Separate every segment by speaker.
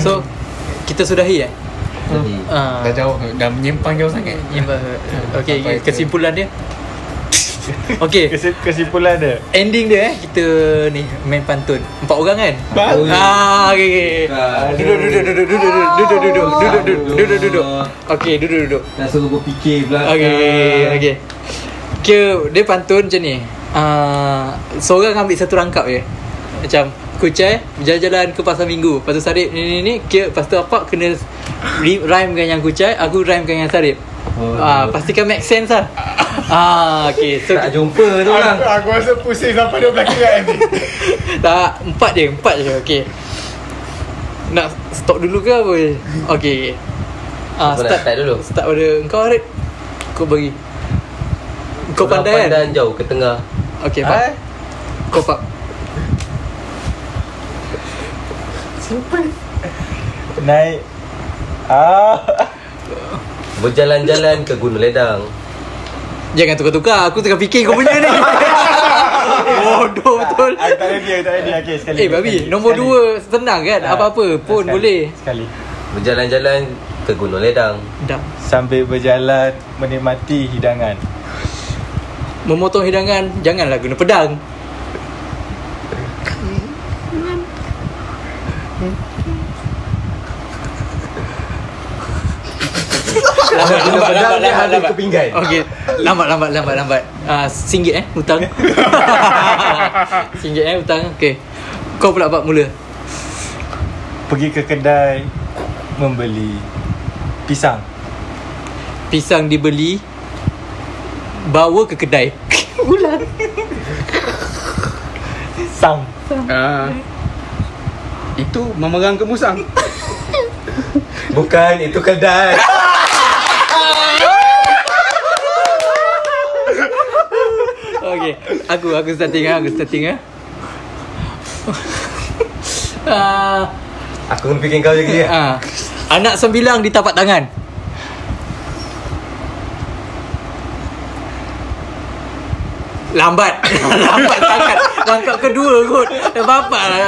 Speaker 1: So kita sudahi eh?
Speaker 2: Jadi
Speaker 1: Ah.
Speaker 2: Dah jauh Dah menyimpang jauh sangat
Speaker 1: Ya, ber- Okay,
Speaker 2: Sampai ke-
Speaker 1: kesimpulan dia. Okay,
Speaker 3: Kesim- Kesimpulan dia
Speaker 1: ending dia eh kita ni main pantun. Empat orang kan?
Speaker 3: Baru.
Speaker 1: Ah, okay, okay. Duduk, duduk, duduk, duduk, duduk, duduk, duduk, duduk, duduk, duduk, duduk. Okay, duduk, duduk.
Speaker 4: Dah suruh berfikir pula
Speaker 1: Okay, okay. Kira dia pantun macam ni. Uh, seorang ambil satu rangkap je. Macam Kucai berjalan-jalan ke pasar minggu Lepas tu Sarip ni ni ni Kira lepas tu apa kena ri- Rhyme dengan yang Kucai Aku rhyme dengan yang Sarip
Speaker 4: Oh.
Speaker 1: Ah, Pastikan make sense lah ah, Okay so,
Speaker 4: Tak jumpa tu
Speaker 5: lah.
Speaker 4: orang
Speaker 3: Aku, aku rasa pusing sampai dia belakang ni
Speaker 1: Tak Empat je Empat je Okay Nak stop dulu ke apa Okay ah,
Speaker 5: Aku nak start dulu.
Speaker 1: Start pada Engkau Arif Kau bagi Kau
Speaker 5: Sebelah
Speaker 1: pandai
Speaker 5: Pandan
Speaker 1: kan
Speaker 5: jauh ke tengah.
Speaker 1: Okay Pak
Speaker 5: Eh?
Speaker 1: Kau Pak
Speaker 3: Naik Ah,
Speaker 5: Berjalan-jalan ke Gunung Ledang.
Speaker 1: Jangan tukar-tukar Aku tengah fikir kau punya ni Bodoh betul
Speaker 3: aku tak ready, aku tak ready. Okay, sekali.
Speaker 1: Eh babi Nombor
Speaker 3: Sekali.
Speaker 1: dua Senang kan
Speaker 3: Ah,
Speaker 1: Apa-apa pun
Speaker 3: sekali.
Speaker 1: boleh
Speaker 3: Sekali.
Speaker 5: Berjalan-jalan ke Gunung Ledang.
Speaker 1: Dah
Speaker 3: Sambil berjalan menikmati hidangan.
Speaker 1: Memotong hidangan Janganlah guna pedang Lambat,
Speaker 4: Guna
Speaker 1: lambat,
Speaker 4: pedang
Speaker 1: lambat,
Speaker 4: dia
Speaker 1: lambat,
Speaker 4: ada
Speaker 1: lambat.
Speaker 4: ke pinggan.
Speaker 1: Okey. Lambat, lambat, lambat, lambat. Ah, singgit eh hutang. singgit eh hutang. Okey. Kau pula buat mula.
Speaker 3: Pergi ke kedai membeli pisang.
Speaker 1: Pisang dibeli bawa ke kedai. Ulang.
Speaker 3: Sang.
Speaker 6: Ah. Itu memerang ke musang?
Speaker 5: Bukan, itu kedai.
Speaker 1: Okey. Aku aku starting ah, aku starting ah. ah,
Speaker 5: Aku kena fikir kau je kira.
Speaker 1: ah. Anak sembilang di tapak tangan. Lambat Lambat sangat Rangkap kedua kot Tak apa-apa lah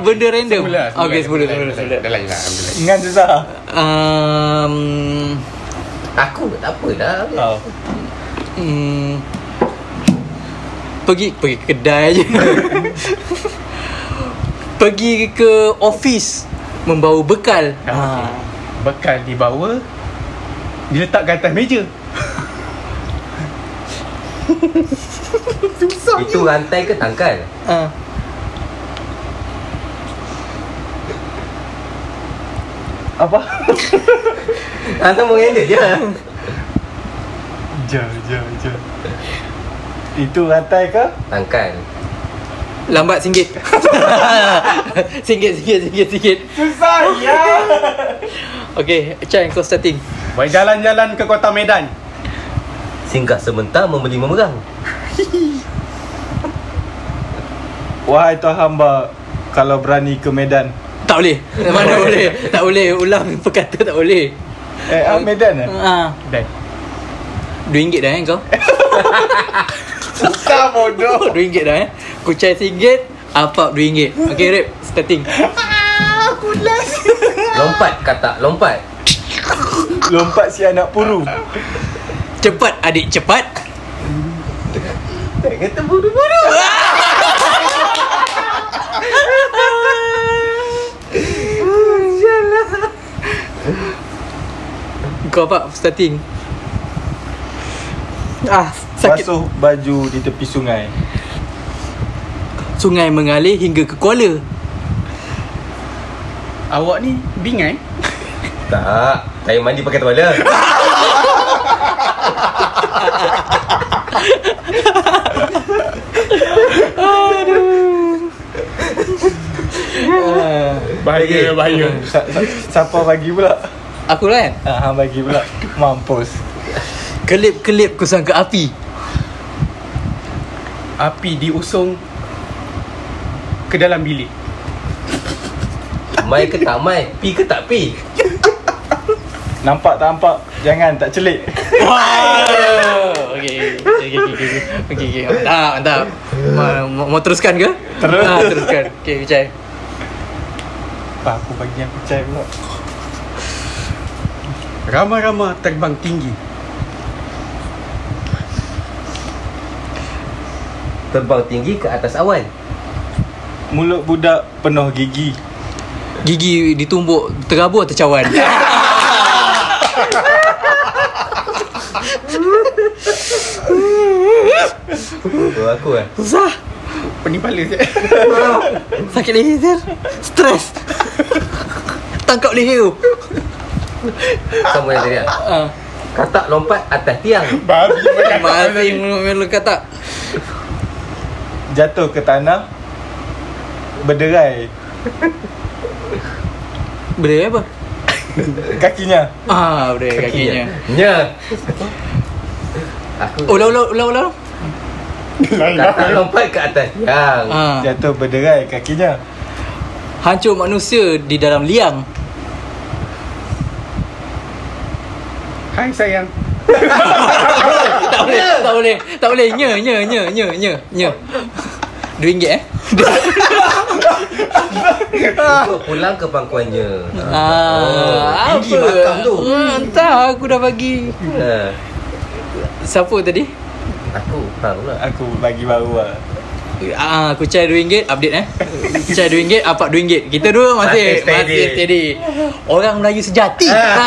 Speaker 1: Benda random
Speaker 6: Semula, semula.
Speaker 1: Okay semula semula, semula.
Speaker 6: Dah lain lah, alhamdulillah.
Speaker 3: Ingat susah.
Speaker 1: Um,
Speaker 5: Aku tak apalah.
Speaker 3: Oh.
Speaker 1: mm, Pergi Pergi ke kedai je Pergi ke office Membawa bekal
Speaker 6: Ah,
Speaker 1: ha.
Speaker 6: okey. Bekal dibawa diletak ke atas meja.
Speaker 5: Itu rantai ke tangkal?
Speaker 1: ha.
Speaker 3: Apa?
Speaker 5: Hantar mengenai je.
Speaker 3: Jom, jom, jom. Itu rantai ke?
Speaker 5: Tangkal.
Speaker 1: Lambat singgit Singgit singgit singgit singgit
Speaker 3: Susah ya.
Speaker 1: Okay Chan kau starting
Speaker 6: Berjalan-jalan ke kota Medan.
Speaker 5: Singgah sebentar membeli memerang.
Speaker 3: Wahai tuan hamba, kalau berani ke Medan.
Speaker 1: Tak boleh Mana boleh Tak boleh Ulang perkata tak boleh
Speaker 3: Eh, ah, Medan eh?
Speaker 1: ha.
Speaker 3: Dan.
Speaker 1: RM2 dah eh kau
Speaker 3: Susah bodoh.
Speaker 1: RM2 dah eh Kucai RM1 Apap RM2 Okay Rip Starting
Speaker 5: Lompat kata, lompat.
Speaker 3: Lompat si anak puru.
Speaker 1: Cepat adik cepat
Speaker 5: Tak kata bodoh-bodoh.
Speaker 1: Kau apa starting Ah sakit
Speaker 3: Basuh baju di tepi sungai.
Speaker 1: Sungai mengalir hingga ke Kuala
Speaker 6: Awak ni bingai?
Speaker 5: Tak. Saya mandi pakai tuala.
Speaker 6: Bahaya, bahaya.
Speaker 3: Sa- sa- Siapa bagi pula?
Speaker 1: Aku lah kan
Speaker 3: Ah, hang bagi pula. Mampus.
Speaker 1: Kelip-kelip ku sangka api
Speaker 6: Api diusung ke dalam bilik.
Speaker 5: Mai ke tak mai? Pi ke tak pi?
Speaker 3: Nampak tak nampak? Jangan tak celik.
Speaker 1: Wow. Okey. Okey okey okey. Okey okey. Mantap, mantap. Mau, mau, mau teruskan ke?
Speaker 3: Terus.
Speaker 1: Ah, teruskan. Okey, Ucai.
Speaker 6: Apa aku bagi yang pecah pula Rama-rama terbang tinggi
Speaker 5: Terbang tinggi ke atas awan
Speaker 3: Mulut budak penuh gigi
Speaker 1: Gigi ditumbuk terabur atau cawan?
Speaker 5: Oh aku lah
Speaker 1: Susah.
Speaker 6: Pening kepala je
Speaker 1: Sakit leher Zil. Stres. Tangkap leher tu.
Speaker 5: Sama yang tadi lah
Speaker 1: Ah,
Speaker 5: Katak lompat atas tiang
Speaker 6: Babi
Speaker 1: masih melu-melu kata.
Speaker 3: Jatuh ke tanah Berderai
Speaker 1: Boleh apa?
Speaker 3: Kakinya
Speaker 1: Ah, boleh kakinya.
Speaker 5: Nya Aku
Speaker 1: Oh, ulang, ulang, ulang, ulang.
Speaker 6: lah.
Speaker 5: Katak lompat ke atas tiang
Speaker 1: Ah,
Speaker 6: Ha.
Speaker 3: Jatuh berderai kakinya
Speaker 1: hancur manusia di dalam liang.
Speaker 6: Hai sayang
Speaker 1: tak boleh, tak boleh, tak boleh. Nya, nya, nya, nya, nya, nya. Dua ringgit eh?
Speaker 5: Untuk pulang ke pangkuannya
Speaker 1: Ah,
Speaker 5: Oh, Tinggi bakam tu
Speaker 1: Hmm, entah, aku dah bagi.
Speaker 5: Ah,
Speaker 1: Siapa tadi?
Speaker 5: Aku Hang lah
Speaker 3: Aku bagi baru lah
Speaker 1: Ah, aku cai RM2 update eh. Cai RM2, apak RM2. Kita dua masih
Speaker 5: Masih steady. Ah.
Speaker 1: masih steady. Orang Melayu sejati. ha.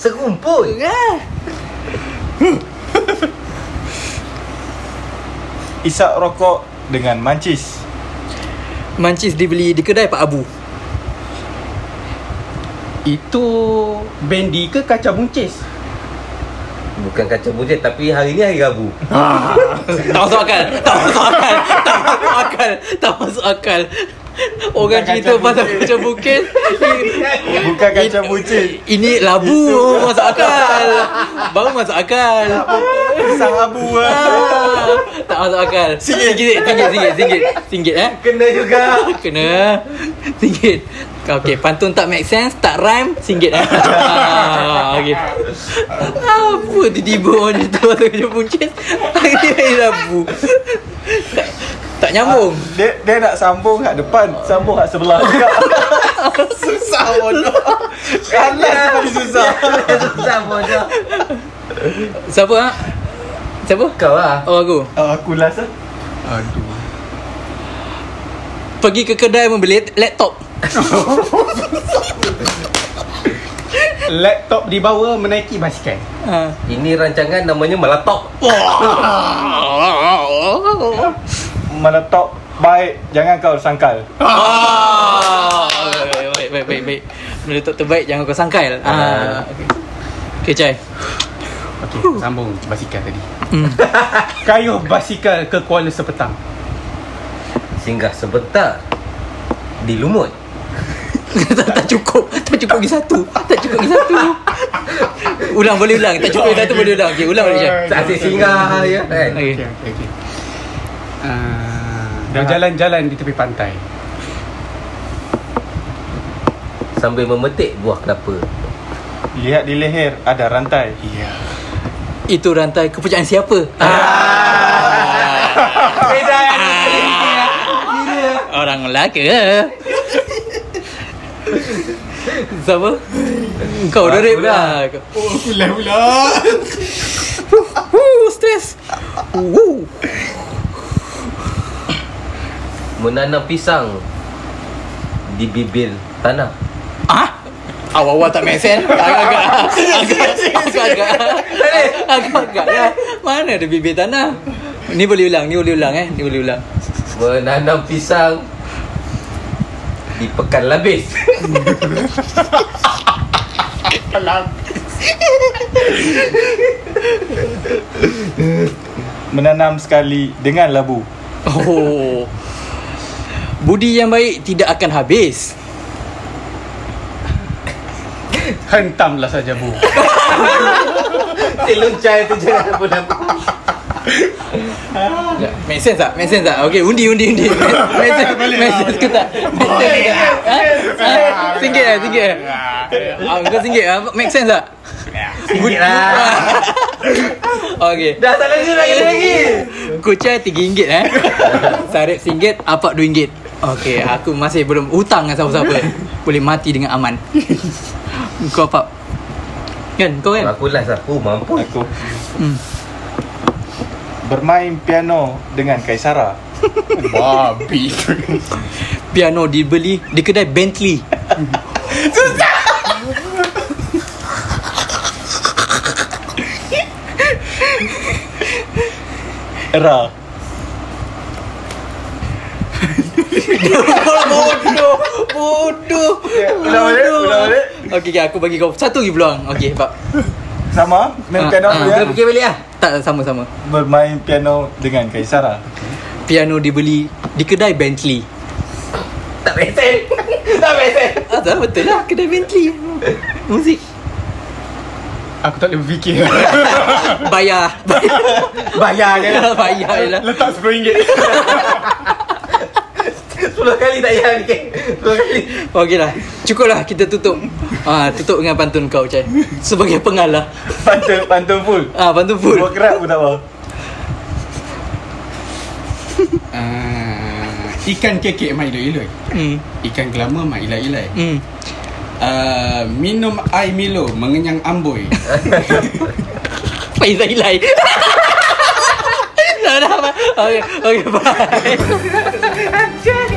Speaker 5: Sekumpul
Speaker 3: Isap rokok dengan mancis
Speaker 1: Mancis dibeli di kedai Pak Abu.
Speaker 6: Itu Bendi ke kaca buncis?
Speaker 5: Bukan kaca mujet Tapi hari ni hari Rabu
Speaker 1: Tak masuk akal. Tak masuk akal. Tak masuk akal. Tak masuk akal. Orang
Speaker 3: Bukan
Speaker 1: cerita
Speaker 3: kacang
Speaker 1: pasal macam bukit.
Speaker 3: Bukan kacang bucin
Speaker 1: Ini labu masuk akal. Baru masuk akal.
Speaker 3: Pisang abu lah
Speaker 1: Ah, tak masuk akal. Singgit, singgit, singgit, singgit, singgit, singgit eh.
Speaker 5: Kena juga
Speaker 1: Kena Singgit Okay pantun tak make sense Tak rhyme Singgit eh ah, okay. Apa tiba-tiba orang cerita Pasal kerja buncis Akhirnya labu tak, tak nyambung
Speaker 3: dia, dia nak sambung kat depan Sambung kat sebelah juga Susah bodoh Kalah sekali susah
Speaker 5: Susah bodoh
Speaker 1: Siapa ha? Siapa?
Speaker 5: Kau lah
Speaker 1: Oh aku
Speaker 3: oh, Aku last lah
Speaker 6: Aduh
Speaker 1: Pergi ke kedai membeli laptop
Speaker 6: Laptop dibawa menaiki basikal
Speaker 1: ha.
Speaker 5: Ini rancangan namanya Malatop
Speaker 3: Meletok Baik Jangan kau sangkal
Speaker 1: Ah, Baik baik baik baik Meletup terbaik Jangan kau sangkal ah. Okay Chai
Speaker 6: Okey, sambung basikal tadi Kayuh basikal ke Kuala sepetang
Speaker 5: Singgah sebentar Di Lumut
Speaker 1: tak, tak cukup Tak cukup lagi satu Tak cukup lagi satu Ulang boleh ulang Tak cukup lagi satu boleh ulang Okay ulang boleh Syah
Speaker 5: Tak asyik singgah ya kan
Speaker 1: Okay
Speaker 6: Eh, Okey, okey, okey Ah, Berjalan-jalan di tepi pantai
Speaker 5: Sambil memetik buah kelapa
Speaker 3: Lihat di leher Ada rantai
Speaker 6: Ya
Speaker 1: Itu rantai kepercayaan siapa Ah.
Speaker 5: Beda eh?
Speaker 1: Orang Melaka Siapa? Kau dah rap
Speaker 5: Aku dah.
Speaker 1: lah Oh pula pula Stress Woo.
Speaker 5: Menanam pisang Di bibir tanah
Speaker 1: Awal-awal tak make sense Agak-agak Agak-agak Agak-agak lah Mana ada bibir tanah Ni boleh ulang Ni boleh ulang eh Ni boleh ulang
Speaker 5: Menanam pisang Di pekan labis
Speaker 3: Menanam sekali Dengan labu
Speaker 1: Oh Budi yang baik tidak akan habis
Speaker 6: Hentamlah saja bu
Speaker 5: Silung cair tu je pun aku
Speaker 1: Ya. Make sense tak? Make sense tak? Okay, undi, undi, undi Make sense, make sense ke tak? Make sense ke tak? Ha? Ha? Singgit lah, singgit lah Ah, Kau singgit lah, make sense tak?
Speaker 5: Sikit lah
Speaker 1: Okay
Speaker 5: Dah tak lagi lagi lagi
Speaker 1: Kucai RM3 eh Sarip RM1 Apak RM2 Okey aku masih belum hutang dengan siapa-siapa boleh mati dengan aman. kau apa? Kan kau kan?
Speaker 5: Aku last aku mampu
Speaker 3: Aku
Speaker 1: Hmm.
Speaker 3: bermain piano dengan Kaisara.
Speaker 2: Babi
Speaker 1: Piano dibeli di kedai Bentley.
Speaker 3: Era.
Speaker 1: lah Bodoh. Bodoh.
Speaker 3: ulang balik, ulang balik.
Speaker 1: Okey, okay, aku bagi kau satu lagi peluang. Okey, Pak.
Speaker 3: Sama main
Speaker 1: Ah,
Speaker 3: piano
Speaker 1: ah,
Speaker 3: ya.
Speaker 5: Kau fikir balik lah
Speaker 1: Tak sama-sama.
Speaker 3: Bermain piano dengan Kaisara.
Speaker 1: Piano dibeli di kedai Bentley.
Speaker 5: Tak besen Tak besen
Speaker 1: Ah, tak betul lah kedai Bentley. Muzik.
Speaker 6: Aku tak boleh berfikir
Speaker 1: Bayar.
Speaker 6: Bayar je
Speaker 1: Bayar. Bayar je lah.
Speaker 6: Letak RM10
Speaker 5: Sepuluh kali tak payah fikir Sepuluh kali
Speaker 1: Okey lah Cukup lah kita tutup ah, Tutup dengan pantun kau Chai Sebagai pengalah
Speaker 3: Pantun pantun full.
Speaker 1: ah, Pantun full
Speaker 3: Buat kerap pun tak apa.
Speaker 2: Ah, Ikan kekek mak elok-elok
Speaker 1: hmm.
Speaker 2: Ikan kelama mak ilai-ilai
Speaker 1: Hmm.
Speaker 2: Ah, Minum air Milo Mengenyang amboi
Speaker 1: Faiz Hilai Dah dah Okey okay, bye